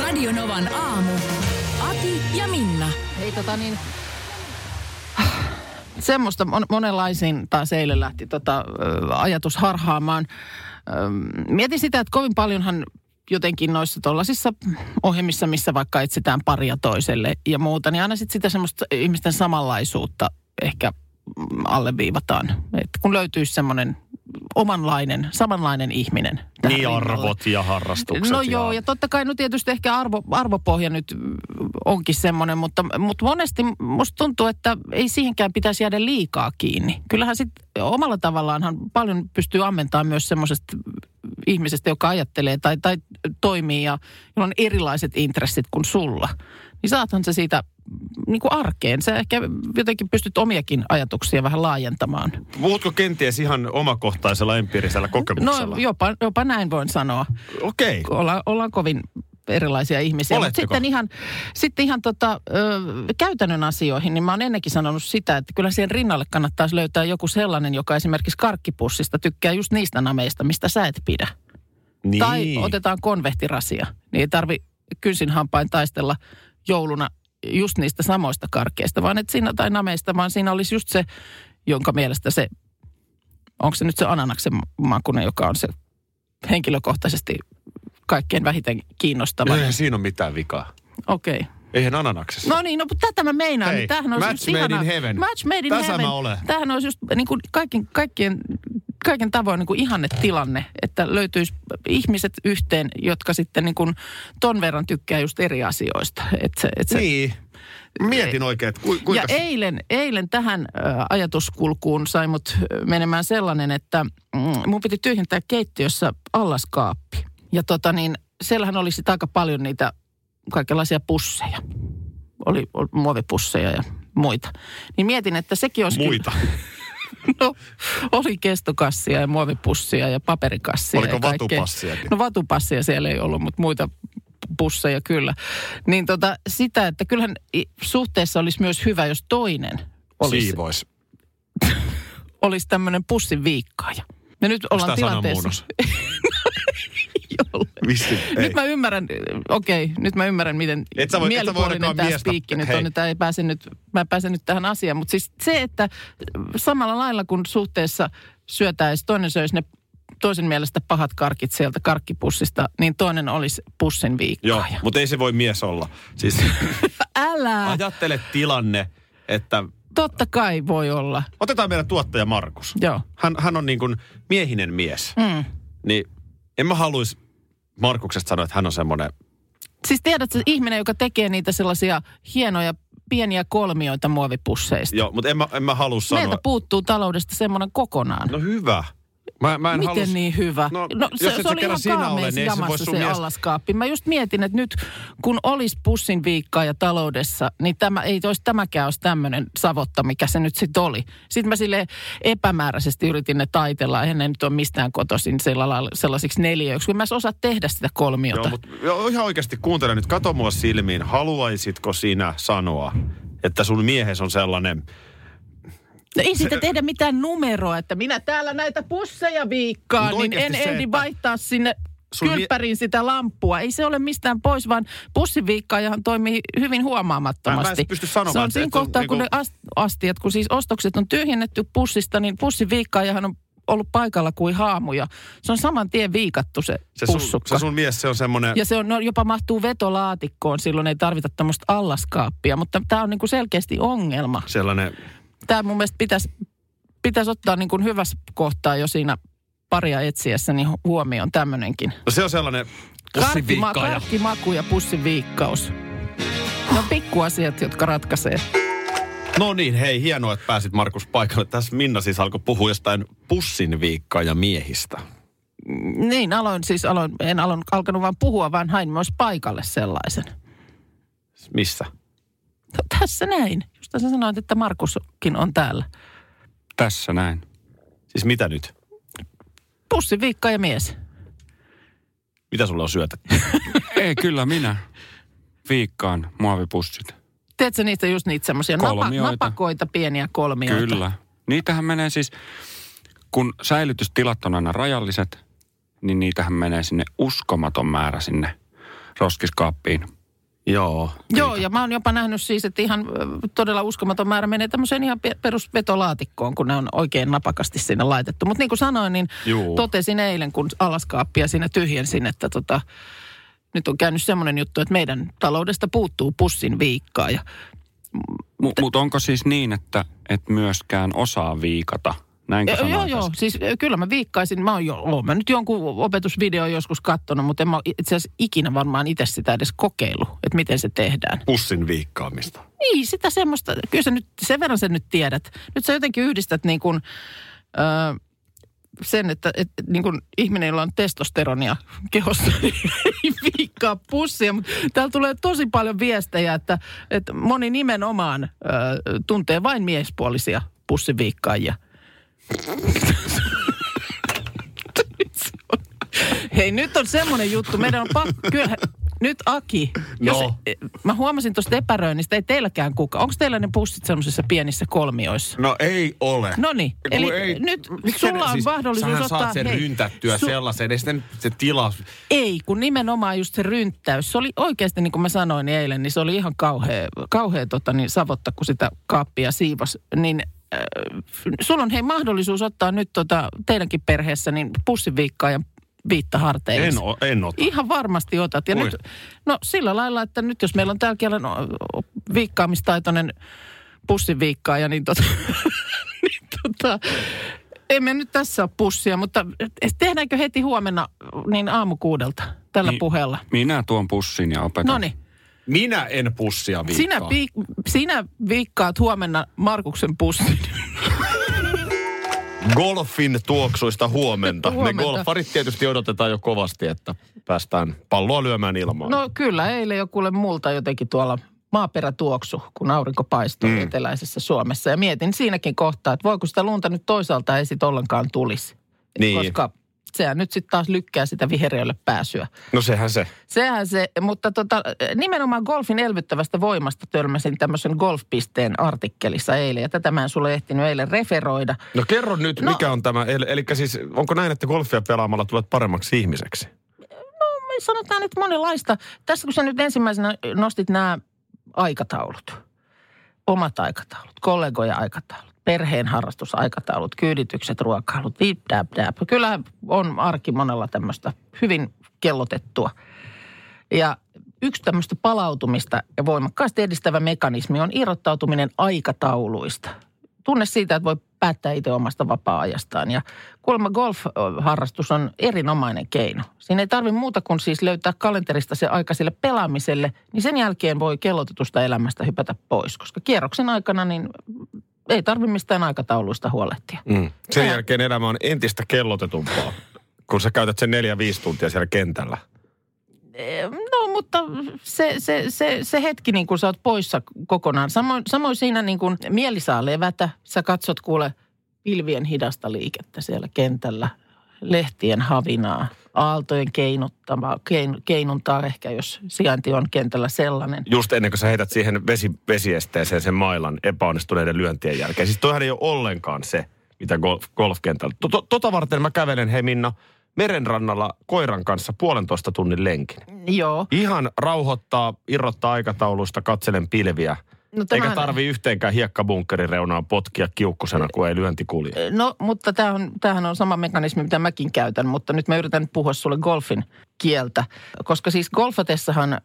Radionovan aamu. Ati ja Minna. Hei tota niin, semmoista mon- monenlaisin taas eilen lähti tota, ö, ajatus harhaamaan. Ö, mietin sitä, että kovin paljonhan jotenkin noissa tuollaisissa ohjelmissa, missä vaikka etsitään paria toiselle ja muuta, niin aina sitten sitä semmoista ihmisten samanlaisuutta ehkä mm, alleviivataan. Et kun löytyisi semmoinen omanlainen, samanlainen ihminen. tähän Niin rinnalle. arvot ja harrastukset. No joo, ja totta kai no tietysti ehkä arvo, arvopohja nyt mm, onkin semmoinen, mutta, mutta monesti musta tuntuu, että ei siihenkään pitäisi jäädä liikaa kiinni. Kyllähän sitten omalla tavallaanhan paljon pystyy ammentamaan myös semmoisesta ihmisestä, joka ajattelee tai, tai toimii ja jolla on erilaiset intressit kuin sulla. Niin saathan se siitä niin kuin arkeen. Sä ehkä jotenkin pystyt omiakin ajatuksia vähän laajentamaan. No, Puhutko kenties ihan omakohtaisella empiirisellä kokemuksella? No jopa, jopa näin voin sanoa. Okei. Okay. ollaan, ollaan kovin erilaisia ihmisiä. Mutta Oletteko? sitten ihan, sitten ihan tota, ö, käytännön asioihin, niin mä oon ennenkin sanonut sitä, että kyllä siihen rinnalle kannattaisi löytää joku sellainen, joka esimerkiksi karkkipussista tykkää just niistä nameista, mistä sä et pidä. Niin. Tai otetaan konvehtirasia, niin ei tarvi kynsin hampain taistella jouluna just niistä samoista karkeista, vaan että siinä tai nameista, vaan siinä olisi just se, jonka mielestä se, onko se nyt se ananaksen makunen, joka on se henkilökohtaisesti kaikkein vähiten kiinnostava. Eihän siinä ole mitään vikaa. Okei. Okay. Eihän ananaksessa. No niin, no mutta tätä mä meinaan. Hei, Hei, Tämähän olisi match just made in ihanaa. heaven. Match made in Tässä heaven. mä olen. Tämähän olisi just niin kuin kaiken, kaikkien, kaiken tavoin niin kuin ihanne tilanne, että löytyisi ihmiset yhteen, jotka sitten niin kuin ton verran tykkää just eri asioista. Et se, et se, Niin. Mietin oikein, että ku, kuinka... ja eilen, eilen tähän ö, ajatuskulkuun sai mut ö, menemään sellainen, että mm, mun piti tyhjentää keittiössä allaskaappi. Ja tota niin, siellähän oli sit aika paljon niitä kaikenlaisia pusseja. Oli oli muovipusseja ja muita. Niin mietin, että sekin olisi... Muita. Kyllä, no, oli kestokassia ja muovipussia ja paperikassia. Oliko ja kaikkea. vatupassiakin? No vatupassia siellä ei ollut, mutta muita pusseja kyllä. Niin tota, sitä, että kyllähän i- suhteessa olisi myös hyvä, jos toinen olisi, Siivois. olisi tämmöinen pussin viikkaaja. Me nyt ollaan tää tilanteessa. sananmuunnos? jolle- Vissi, ei. Nyt mä ymmärrän, okei, nyt mä ymmärrän, miten Et sä voi- et sä voi mielipuolinen ainakaan tämä miestä- spiikki nyt hei. on. Tämä ei pääse nyt, mä en pääse nyt tähän asiaan, mutta siis se, että samalla lailla kun suhteessa syötäisi, toinen söisi ne toisen mielestä pahat karkit sieltä karkkipussista, niin toinen olisi pussin Joo, viikkaaja. mutta ei se voi mies olla. Siis Älä! ajattele tilanne, että Totta kai voi olla, otetaan meidän tuottaja Markus. joo. Hän, hän on niin kuin miehinen mies. Mm. Niin en mä haluaisi Markuksesta sanoa, että hän on semmoinen Siis tiedät, se ihminen, joka tekee niitä sellaisia hienoja pieniä kolmioita muovipusseista. Joo, mutta en mä, en mä halua sanoa. Meiltä puuttuu taloudesta semmoinen kokonaan. No hyvä. Mä, mä en Miten halus... niin hyvä? No, No, jos se, et se sä oli kerran ihan sinä ole, kaameessa niin ei se voi jamassa se, sun mies- allaskaappi. Mä just mietin, että nyt kun olisi pussin viikkaa ja taloudessa, niin tämä, ei olisi tämäkään olisi tämmöinen savotta, mikä se nyt sitten oli. Sitten mä sille epämääräisesti yritin ne taitella. Eihän ne nyt ole mistään kotoisin sella lailla- sellaisiksi neljöiksi, kun mä en osaa tehdä sitä kolmiota. Joo, mutta joo, ihan oikeasti kuuntele nyt, kato mua silmiin. Haluaisitko sinä sanoa, että sun miehes on sellainen... No ei siitä tehdä mitään numeroa, että minä täällä näitä pusseja viikkaan, Mut niin en oikeasti No se, ehdi että vaihtaa sinne sun mie- kylppäriin sitä lampua. Ei se ole mistään pois, vaan pussiviikkaajahan toimii hyvin Mä- mä huomaamattomasti. en pysty sanomaan, se on että- siinä että on kohtaa, kun ne niinku- ast- astiat, kun siis ostokset on tyhjennetty pussista, niin pussiviikkaajahan on ollut paikalla kuin haamuja. Se on saman tien viikattu se, Se sun, pussukka. se sun mies, se on semmoinen... Ja se on, no, jopa mahtuu vetolaatikkoon, silloin ei tarvita tämmöistä allaskaappia, mutta tämä on niinku selkeästi ongelma Sellainen... tämä mun mielestä pitäisi, pitäisi ottaa niin kuin hyvässä kohtaa jo siinä paria etsiessä niin hu- huomioon tämmöinenkin. No se on sellainen... Karkkima, pussiviikkaaja. karkkimaku ja pussin viikkaus. No pikkuasiat, jotka ratkaisee. No niin, hei, hienoa, että pääsit Markus paikalle. Tässä Minna siis alkoi puhua jostain pussin viikkaa ja miehistä. Niin, aloin siis, aloin, en aloin, alkanut vaan puhua, vaan hain myös paikalle sellaisen. Missä? No, tässä näin. Just sä sanoit, että Markuskin on täällä. Tässä näin. Siis mitä nyt? Pussi, viikka ja mies. Mitä sulle on syötetty? Ei, kyllä minä. Viikkaan muovipussit. Teetkö niistä just niitä semmoisia napa, Kolmioita. napakoita, pieniä kolmioita? Kyllä. Niitähän menee siis, kun säilytystilat on aina rajalliset, niin niitähän menee sinne uskomaton määrä sinne roskiskaappiin. Joo. Joo, ja mä oon jopa nähnyt siis, että ihan ö, todella uskomaton määrä menee tämmöiseen ihan pe- perusvetolaatikkoon, kun ne on oikein napakasti sinne laitettu. Mutta niin kuin sanoin, niin Juu. totesin eilen, kun alaskaappia siinä tyhjensin, että tota, nyt on käynyt semmoinen juttu, että meidän taloudesta puuttuu pussin viikkaa. Ja Mutta mut onko siis niin, että et myöskään osaa viikata? Näinkö Joo, joo, sanotaan? joo. Siis ö, kyllä mä viikkaisin. Mä oon, jo, oon mä nyt jonkun opetusvideon joskus kattonut, mutta en mä oo itse asiassa ikinä varmaan itse sitä edes kokeilu, että miten se tehdään. Pussin viikkaamista. Niin, sitä semmoista. Kyllä sä nyt, sen verran sen nyt tiedät. Nyt sä jotenkin yhdistät niin kuin, öö, sen, että et, et, niin kuin ihminen, jolla on testosteronia kehossa, niin ei viikkaa pussia. Mutta täällä tulee tosi paljon viestejä, että, että moni nimenomaan öö, tuntee vain miespuolisia pussiviikkaajia. Hei, nyt on semmoinen juttu. Meidän on pakko... Kyllä, nyt Aki. Jos, No. Mä huomasin tuosta epäröinnistä, ei teilläkään kukaan. Onko teillä ne pussit semmoisissa pienissä kolmioissa? No ei ole. No niin, Kun eli ei- nyt Miksi sulla ne- on siis mahdollisuus sähän ottaa... saat sen hei, ryntättyä su- sellaisen, ja sitten se tilaus. Ei, kun nimenomaan just se rynttäys. Se oli oikeasti, niin kuin mä sanoin eilen, niin se oli ihan kauhea, kauhea tota, niin savotta, kun sitä kaappia siivos. Niin äh, sulla on hei mahdollisuus ottaa nyt tota, teidänkin perheessä niin pussinviikkaa ja viitta harteille. En, o, en ota. Ihan varmasti otat. Ja Oi. nyt, no sillä lailla, että nyt jos meillä on täällä kielen no, viikkaamistaitoinen pussiviikkaaja, niin, tota, niin tota, emme nyt tässä ole pussia, mutta tehdäänkö heti huomenna niin aamukuudelta tällä niin. Niin. puheella? Minä tuon pussin ja opetan. No niin, Minä en pussia viikkaa. sinä, viik- sinä viikkaat huomenna Markuksen pussin. Golfin tuoksuista huomenta. Huomenta. Me golfarit tietysti odotetaan jo kovasti, että päästään palloa lyömään ilmaan. No kyllä, eilen jo kuule multa jotenkin tuolla maaperätuoksu, kun aurinko paistoi mm. eteläisessä Suomessa. Ja mietin siinäkin kohtaa, että voiko sitä lunta nyt toisaalta ei sitten ollenkaan tulisi. Et Niin. Koska sehän nyt sitten taas lykkää sitä vihreälle pääsyä. no sehän se. Sehän se, mutta tota, nimenomaan golfin elvyttävästä voimasta törmäsin tämmöisen golfpisteen artikkelissa eilen. Ja tätä mä en sulle ehtinyt eilen referoida. No kerro nyt, No- no. mikä on tämä. Eli siis onko näin, että golfia pelaamalla tulet paremmaksi ihmiseksi? Me sanotaan nyt monenlaista. Tässä kun sä nyt ensimmäisenä nostit nämä aikataulut, omat aikataulut, kollegoja aikataulut, perheen harrastusaikataulut, kyyditykset, ruokailut, dip, dab, dab. Kyllähän on arki monella tämmöistä hyvin kellotettua. Ja yksi tämmöistä palautumista ja voimakkaasti edistävä mekanismi on irrottautuminen aikatauluista. Tunne siitä, että voi päättää itse omasta vapaa-ajastaan. Ja kuulemma golf-harrastus on erinomainen keino. Siinä ei tarvi muuta kuin siis löytää kalenterista se aika sille pelaamiselle, niin sen jälkeen voi kellotetusta elämästä hypätä pois, koska kierroksen aikana niin ei tarvi mistään aikatauluista huolehtia. Mm. Sen Ää. jälkeen elämä on entistä kellotetumpaa, kun sä käytät sen neljä, viisi tuntia siellä kentällä. Eh, No, mutta se, se, se, se hetki, niin kun sä oot poissa kokonaan. Samoin, samoin siinä niin kun mieli saa levätä. Sä katsot kuule pilvien hidasta liikettä siellä kentällä. Lehtien havinaa, aaltojen keinuttamaa, kein, keinuntaa ehkä, jos sijainti on kentällä sellainen. Just ennen kuin sä heität siihen vesi, vesiesteeseen sen mailan epäonnistuneiden lyöntien jälkeen. Siis toihan ei ole ollenkaan se, mitä golf, golfkentällä. To- to- Tota varten mä kävelen, hei Minna, merenrannalla koiran kanssa puolentoista tunnin lenkin. Joo. Ihan rauhoittaa, irrottaa aikataulusta, katselen pilviä. No, Eikä tämähän- tarvi yhteenkään hiekkabunkkerin reunaan potkia kiukkusena, kun ei lyönti kulje. No, mutta tämähän on, tämähän on sama mekanismi, mitä mäkin käytän, mutta nyt mä yritän puhua sulle golfin kieltä. Koska siis golfatessahan äh,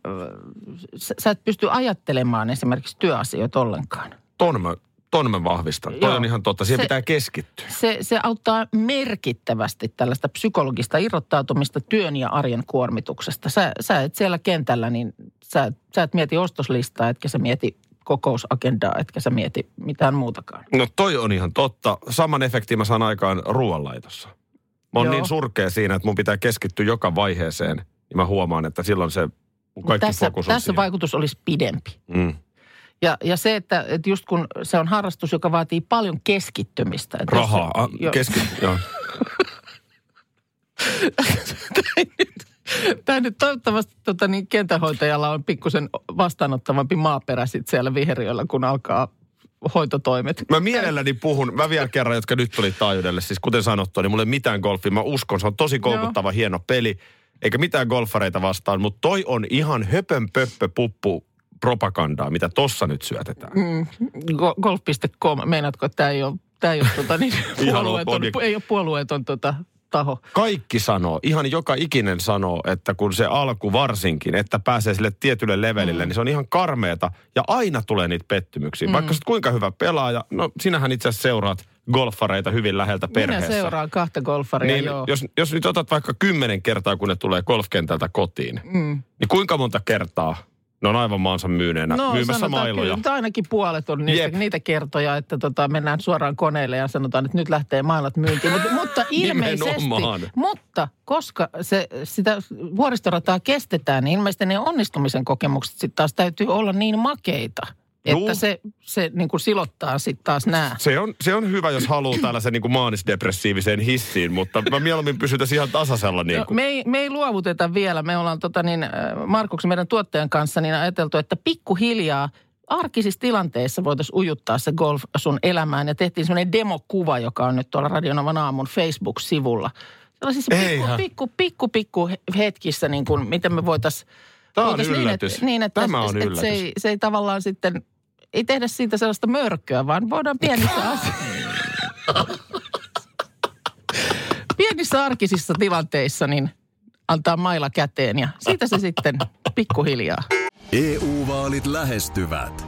sä, sä et pysty ajattelemaan esimerkiksi työasioita ollenkaan. Ton mä, ton mä vahvistan. Toi Joo. on ihan totta. Siihen Se- pitää keskittyä. Se, se auttaa merkittävästi tällaista psykologista irrottautumista työn ja arjen kuormituksesta. Sä, sä et siellä kentällä, niin sä, sä et mieti ostoslistaa, etkä sä mieti kokousagendaa, etkä sä mieti mitään muutakaan. No toi on ihan totta. Saman efektin mä saan aikaan ruoanlaitossa. Mä oon Joo. niin surkea siinä, että mun pitää keskittyä joka vaiheeseen. Niin mä huomaan, että silloin se mun Mutta kaikki tässä, fokus on tässä siinä. vaikutus olisi pidempi. mm. Ja, ja se, että, että just kun se on harrastus, joka vaatii paljon keskittymistä. Että jos- Rahaa. Ah, Joo. keski... Joo. Tämä nyt toivottavasti tota, niin kentähoitajalla on pikkusen vastaanottavampi maaperä sit siellä viheriöllä, kun alkaa hoitotoimet. Mä mielelläni puhun, mä vielä kerran, jotka nyt tuli taajuudelle. Siis kuten sanottu, niin mulle ei mitään golfia. Mä uskon, se on tosi koukuttava, hieno peli. Eikä mitään golfareita vastaan, mutta toi on ihan höpön pöppö puppu propagandaa, mitä tossa nyt syötetään. Go- Golf.com, meinaatko, että tämä ei ole, tämä ei ole, tota, niin, Ihan puolueeton, objek- ei ole puolueeton tota, taho. Kaikki sanoo, ihan joka ikinen sanoo, että kun se alku varsinkin, että pääsee sille tietylle levelille, Mm. niin se on ihan karmeeta. Ja aina tulee niitä pettymyksiä. Vaikka sä oot kuinka hyvä pelaaja, no sinähän itse asiassa seuraat golfareita hyvin läheltä perheessä. Minä seuraan kahta golfaria, Niin, joo. jos, jos nyt otat vaikka kymmenen kertaa, kun ne tulee golfkentältä kotiin, mm. niin kuinka monta kertaa ne on aivan maansa myyneenä, no, myymässä sanotaan mailoja? Kyllä, ainakin puolet on niitä, Jep. niitä kertoja, että tota, mennään suoraan koneelle ja sanotaan, että nyt lähtee mailat myyntiin. Mutta, mutta ilmeisesti, Nimenomaan. mutta koska se, sitä vuoristorataa kestetään, niin ilmeisesti ne onnistumisen kokemukset sitten taas täytyy olla niin makeita, Juu. että se, se niin kuin silottaa sitten taas nämä. Se on, se on hyvä, jos haluaa tällaisen niin kuin maanisdepressiiviseen hissiin, mutta mä mieluummin pysyn tässä ihan tasaisella. Niin No, kuin. me, ei, me ei luovuteta vielä. Me ollaan tota niin, äh, Markuksen meidän tuottajan kanssa niin ajateltu, että pikkuhiljaa arkisissa tilanteissa voitaisiin ujuttaa se golf sun elämään. Ja tehtiin semmoinen demokuva, joka on nyt tuolla Radionavan aamun Facebook-sivulla. Sellaisissa pikku, Eihän. pikku, pikku, pikku hetkissä, niin kuin, miten me voitaisiin... Tämä on voitaisiin Niin, yllätys. että, niin, että, Tämä on että yllätys. Se ei, se ei tavallaan sitten... Ei tehdä siitä sellaista mörköä, vaan voidaan pienissä asioissa... pienissä arkisissa tilanteissa niin antaa mailla käteen ja siitä se sitten pikkuhiljaa. EU-vaalit E lähestyvät.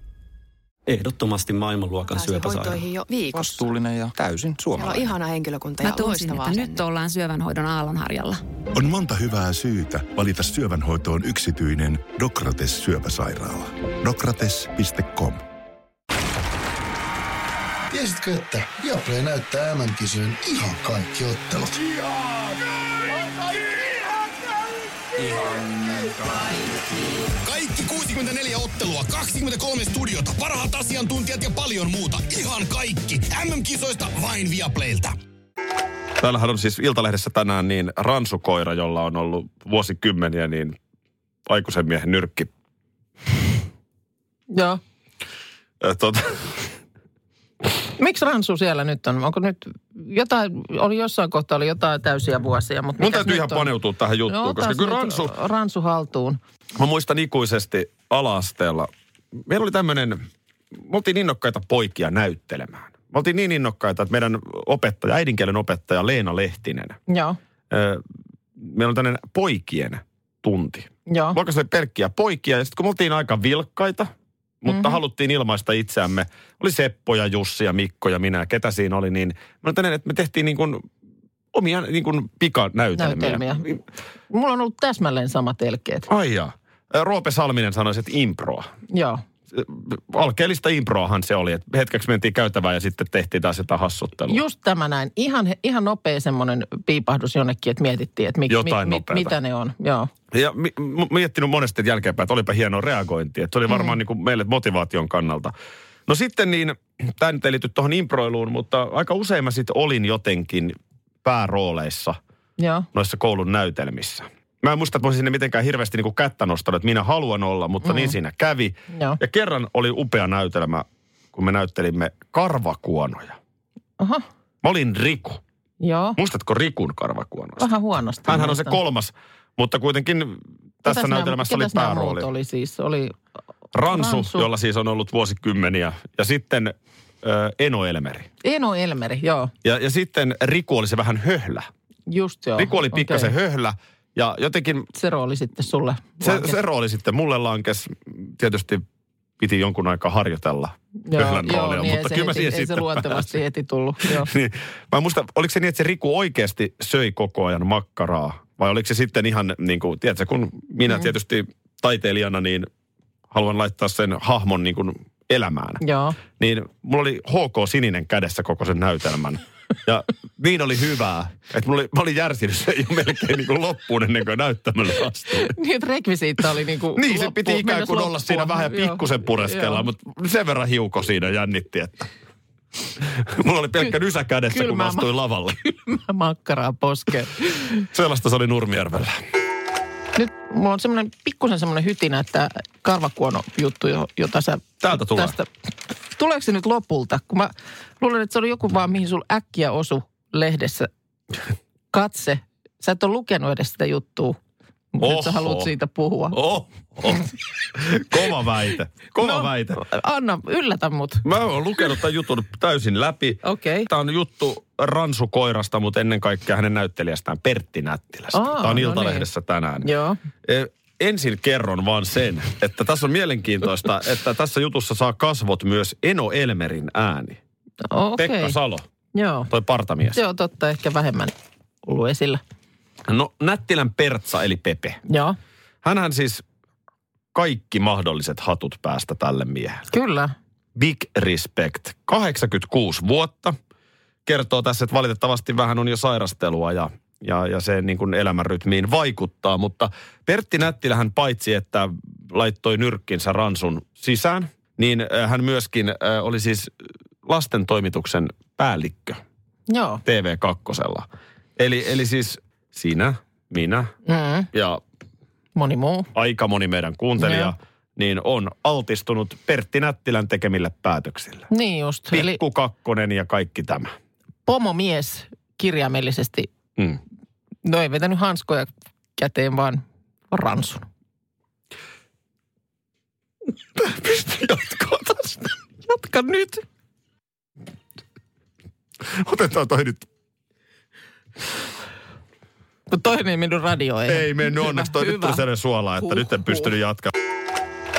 Ehdottomasti maailmanluokan pääsi syöpäsairaala. hoitoihin jo viikossa. Vastuullinen ja täysin Siellä on suomalainen. ihana henkilökunta Mä ja tunsin, loistava että nyt asenne. ollaan syövänhoidon aallonharjalla. On monta hyvää syytä valita syövänhoitoon yksityinen Dokrates syöpäsairaala. Dokrates.com Tiesitkö, että Viaplay näyttää MM-kisojen ihan kaikki ottelut? Kaikki 64 ottelua, 23 studiota, parhaat asiantuntijat ja paljon muuta. Ihan kaikki. MM-kisoista vain Viaplaylta. Täällähän on siis Iltalehdessä tänään niin ransukoira, jolla on ollut vuosikymmeniä niin aikuisen miehen nyrkki. Joo. Ö, Tota, Miksi Ransu siellä nyt on? Onko nyt jotain, oli jossain kohtaa oli jotain täysiä vuosia, mutta mun mikäs täytyy nyt ihan on? paneutua tähän juttuun, No, koska otas kyllä nyt ransu, Ransu haltuun. Mä muistan ikuisesti ala-asteella. Meillä oli tämmöinen, me oltiin innokkaita poikia näyttelemään. Me oltiin niin innokkaita, että meidän opettaja, äidinkielen opettaja Leena Lehtinen, Joo, ö, meillä oli tämmöinen poikien tunti. joo. Luokassa oli pelkkiä poikia ja sitten kun me oltiin aika vilkkaita, mutta mm-hmm. haluttiin ilmaista itseämme. Oli Seppo ja Jussi ja Mikko ja minä, ketä siinä oli, niin mä olin tänne, että me tehtiin niin kuin omia niin kuin pikanäytelmiä. Näytelmiä. Mulla on ollut täsmälleen samat elkeet. Ai jaa. Ö, Roope Salminen sanoisi, että improa. Joo. alkeellista improahan se oli. Että hetkeksi mentiin käytävään ja sitten tehtiin taas jotain hassuttelua. Just tämä näin. Ihan, ihan nopea semmoinen piipahdus jonnekin, että mietittiin, että mi, Jotain mi, mi, nopeata. mitä ne on. Joo. Ja mi- m- miettinyt monesti jälkeenpäin, että olipa hieno reagointi. Että se oli Mm. varmaan niin kuin meille motivaation kannalta. No sitten niin, tämä nyt ei liity tuohon improiluun, mutta aika usein mä sitten olin jotenkin päärooleissa Joo. noissa koulun näytelmissä. Mä en muista, että mä olisin sinne mitenkään hirveästi niin kuin kättä nostanut, että minä haluan olla, mutta niin Mm. siinä kävi. Joo. Ja kerran oli upea näytelmä, kun me näyttelimme karvakuonoja. Aha. Mä olin Riku. Joo. Muistatko Rikun karvakuonosta? Vähän huonosti. Hänhän on se muistan. kolmas, mutta kuitenkin Ketäs tässä nämä- näytelmässä oli ketäs nämä muut päärooli. oli siis? Oli, Ransu, Ransu. jolla siis on ollut vuosikymmeniä. Ja sitten ö, Eno Elmeri. Eno Elmeri, joo. Ja, ja sitten Riku oli se vähän höhlä. Just joo. Riku oli Okei. pikkasen höhlä. Ja jotenkin Se rooli sitten sulle. se, lankesi. se rooli sitten mulle lankes. Tietysti piti jonkun aikaa harjoitella Joo, pöhlän joo, roolia, niin ei mutta se kyllä mä heti- siihen ei se sitten luontevasti heti tullut. Joo. niin, mä en muista, oliko se niin, että se Riku oikeasti söi koko ajan makkaraa? Vai oliko se sitten ihan, niin kuin, tiedätkö, kun minä mm. tietysti taiteilijana, niin haluan laittaa sen hahmon niin kuin elämään. Joo. Niin mulla oli HK Sininen kädessä koko sen näytelmän. Ja niin oli hyvää, että mulla oli, mä olin järsinyt sen jo melkein niin kuin loppuun ennen kuin näyttämällä astui. Niin, että rekvisiitta oli niinku Niin, se loppu- piti ikään mennessä kuin olla loppuun. siinä vähän Joo. pikkusen Joo. pureskella, mutta sen verran hiuko siinä jännitti, että... Mulla oli pelkkä nysä kädessä, kun mä kylmää astuin lavalle. Mä makkaraa poskeen. Sellaista se oli Nurmijärvellä. Nyt mulla on semmoinen pikkusen semmoinen hytinä, että karvakuono juttu, jota sä... Täältä tulee. Tästä, tuleeko se nyt lopulta? Kun mä luulen, että se oli joku vaan, mihin sul äkkiä osu lehdessä katse. Sä et ole lukenut edes sitä juttua. Mutta nyt sä Oho. haluat siitä puhua. Oh, oh. Kova väite, kova no. väite. Anna, yllätä mut. Mä oon lukenut tämän jutun täysin läpi. Okei. Tämä on juttu ransukoirasta, mutta ennen kaikkea hänen näyttelijästään Pertti Nättilästä. Aa, Tämä on no Iltalehdessä tänään. Joo. Eh, Ensin kerron vaan sen, että tässä on mielenkiintoista, että tässä jutussa saa kasvot myös Eno Elmerin ääni. Okei. Okay. Pekka Salo, Joo. toi partamies. Se on totta, ehkä vähemmän ollut esillä. No Nättilän Pertsa eli Pepe. Joo, Hänhän siis kaikki mahdolliset hatut päästä tälle miehelle. kyllä. Big Respect, 86 vuotta. Kertoo tässä, että valitettavasti vähän on jo sairastelua ja, ja, ja se niin kuin elämänrytmiin vaikuttaa. Mutta Pertti Nättilähän paitsi, että laittoi nyrkkinsä ransun sisään, niin äh, hän myöskin äh, oli siis lasten toimituksen päällikkö Joo. TV2. Eli, eli siis sinä, minä Mm. ja Moni muu. aika moni meidän kuuntelija, Joo. niin on altistunut Pertti Nättilän tekemille päätöksille. Niin just. Eli Pikku kakkonen ja kaikki tämä. pomomies kirjaimellisesti, Mm. no ei vetänyt hanskoja käteen, vaan ransun. Pysty jatkoa tästä. Jatka nyt. Otetaan toi nyt. Mutta toinen ei mennyt radioon. Ei mennyt Hyvä, onneksi. Toi nyt hyvä. tuli sellainen suola, että Huh, nyt en huh. pystynyt jatkamaan.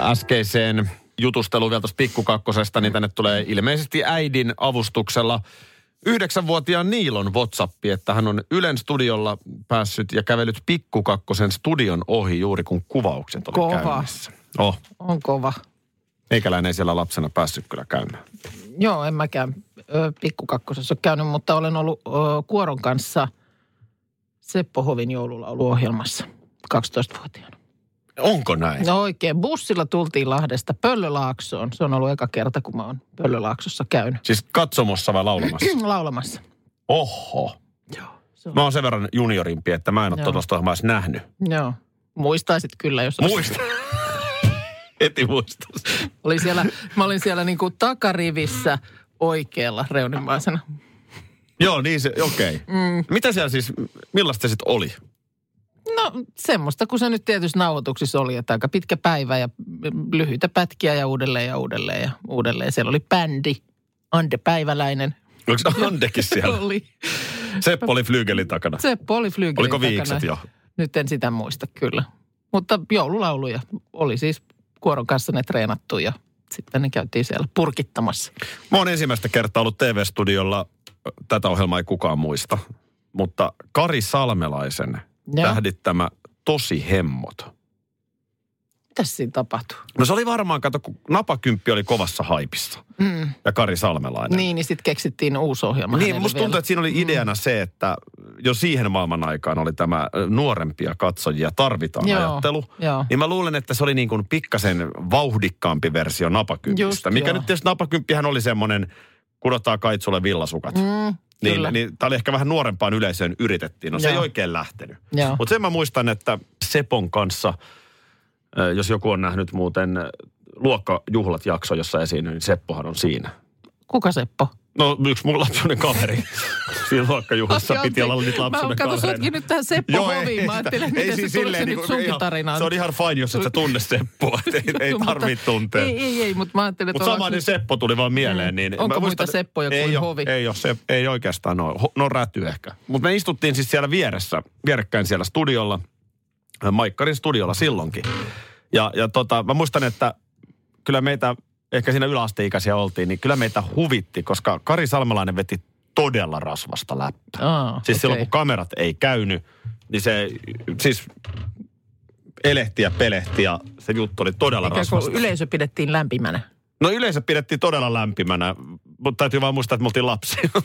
Äskeiseen jutusteluun vielä tuosta pikkukakkosesta, niin tänne tulee ilmeisesti äidin avustuksella yhdeksänvuotiaan Niilon WhatsAppi, että hän on Ylen studiolla päässyt ja kävellyt pikkukakkosen studion ohi juuri kun kuvaukset oli Kova. käynnissä. Oh. On kova. Meikäläinen ei siellä lapsena päässyt kyllä käymään. Joo, en mäkään ö, pikkukakkosessa ole käynyt, mutta olen ollut ö, Kuoron kanssa Seppo Hovin joululauluohjelmassa 12-vuotiaana. Onko näin? No oikein. Bussilla tultiin Lahdesta Pöllölaaksoon. Se on ollut eka kerta, kun mä oon Pöllölaaksossa käynyt Siis katsomossa vai laulamassa? laulamassa. Oho. Se on- Mä oon sen verran juniorimpi, että mä en ole Joo. tuollaista ohjelmaa edes nähnyt. Joo. Muistaisit kyllä, jos olisi- Muista. Heti muistas. oli siellä, mä olin siellä niin kuin takarivissä oikealla reunimaisena. Joo, niin se, okei. Okay. Mm. Mitä siellä siis, millaista se sitten oli? No semmoista, kun se nyt tietysti nauhoituksissa oli, että aika pitkä päivä ja lyhyitä pätkiä ja uudelleen ja uudelleen ja uudelleen. Siellä oli bändi, Ande Päiväläinen Oliko se Andekin siellä? oli. Seppo oli flyygelin takana. Seppo oli flygelin Oliko viikset takana. jo? Nyt en sitä muista kyllä. Mutta joululauluja oli siis kuoron kanssa ne treenattu ja sitten ne käytiin siellä purkittamassa. Mä oon ensimmäistä kertaa ollut TV-studiolla, tätä ohjelmaa ei kukaan muista, mutta Kari Salmelaisen Joo. tähdittämä Tosi hemmot. Mitäs siinä tapahtui? No se oli varmaan, kato, kun napakymppi oli kovassa haipissa. Mm. Ja Kari Salmelainen. Niin, niin sitten keksittiin uusi ohjelma Niin, hänelle musta tuntuu, vielä. Mm. että siinä oli ideana se, että jo siihen maailman aikaan oli tämä ö, nuorempia katsojia tarvitaan Joo, ajattelu. joo. Niin mä luulen, että se oli niin kuin pikkasen vauhdikkaampi versio napakymppistä. Just, mikä joo. nyt tietysti napakymppihän oli semmoinen, kudotaan kaitsulle villasukat. Mm, kyllä. niin, niin tämä oli ehkä vähän nuorempaan yleisöön yritettiin. No se Joo. ei oikein lähtenyt. Joo. Mutta sen mä muistan, että Sepon kanssa, ö, jos joku on nähnyt muuten ö, luokkajuhlat-jakso, jossa esiinnyin, niin Seppohan on siinä. Kuka Seppo? No yksi mun lapsuuden kaveri. Siinä luokkajuhlassa Okei, piti olla anteeksi. nyt lapsuuden Mä oon kato, kavereina. sotkin nyt tähän Seppo Joo, ei, Hoviin. Mä ajattelin, että miten se tulee se nyt niinku, sunkin ihan- tarinaan. Se on ihan fine, jos et sä tunne Seppoa. Et ei, ei Mutta- niin, tarvitse tuntea. Ei, ei, ei, mutta mä ajattelin, että siis- Mutta ollaanko samainen nyt- niin Seppo tuli vaan mieleen. Mm. Niin Onko mä muita Seppoja kuin ei oo- Hovi? Ei, ole, se, ei oikeastaan ole. Ho- No räty ehkä. Mutta me istuttiin siis siellä vieressä, vierekkäin siellä studiolla. Maikkarin studiolla silloinkin. Ja, ja tota, mä muistan, että kyllä meitä, ehkä siinä yläasteikäisiä oltiin, niin kyllä meitä huvitti, koska Kari Salmelainen veti todella rasvasta läppää. Aa, Siis okei. silloin, kun kamerat ei käynyt, niin se siis elehti ja pelehti ja se juttu oli todella Ikään rasvasta. kuin yleisö pidettiin lämpimänä. No yleensä pidettiin todella lämpimänä, mutta täytyy vaan muistaa, että me oltiin lapsia.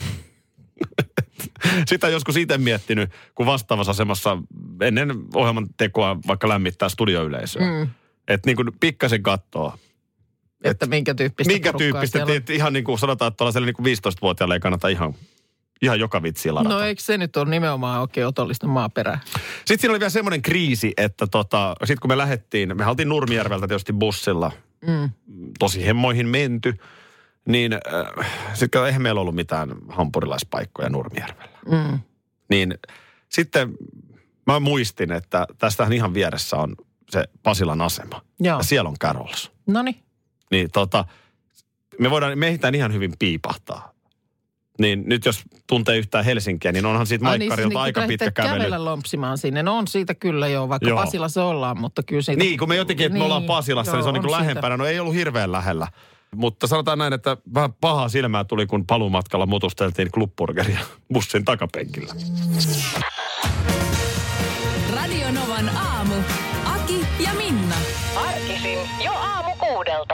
Sitä joskus itse miettinyt, kun vastaavassa asemassa ennen ohjelman tekoa vaikka lämmittää studioyleisöä. Mm. Että niin kuin pikkasen kattoo. Että minkä tyyppistä Minkä porukkaa tyyppistä, siellä on. että ihan niin kuin sanotaan, että tuollaiselle niin kuin 15-vuotiaalle ei kannata ihan, ihan joka vitsiä ladata. No eikö se nyt ole nimenomaan oikein otollista maaperää? Sitten siinä oli vielä semmoinen kriisi, että tota, sitten kun me lähdettiin, me oltiin Nurmijärveltä tietysti bussilla, mm. tosi hemmoihin menty, niin äh, sitten eihän meillä ollut mitään hampurilaispaikkoja Nurmijärvellä. Mm. Niin sitten mä muistin, että tästähän ihan vieressä on se Pasilan asema. Joo. Ja siellä on Carols. No niin. Niin tota, me voidaan, me ehditään ihan hyvin piipahtaa. Niin nyt jos tuntee yhtään Helsinkiä, niin onhan siitä Maikkarilta aika pitkä kävely. niinku siis kävellä lompsimaan sinne. No on siitä kyllä jo, vaikka Joo. joo. Pasilassa ollaan, mutta kyllä siitä... Niin, kun me jotenkin, että me ollaan Pasilassa, niin se on, niin kuin siitä. lähempänä. No ei ollut hirveän lähellä. Mutta sanotaan näin, että vähän pahaa silmää tuli, kun palumatkalla mutusteltiin klubburgeria bussin takapenkillä. Radio Novan aamu. Aki ja Minna. Arkisin jo aamu kuudelta.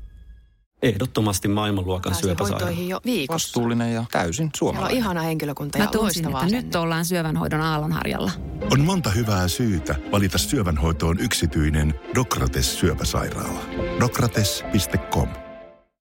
Ehdottomasti maailmanluokan syöpäsairaala. jo viikossa. Vastuullinen ja täysin suomalainen. ihana henkilökunta ja loistavaa. Nyt on On monta hyvää syytä valita syövänhoitoon yksityinen Dokrates syöpäsairaala. Dokrates.com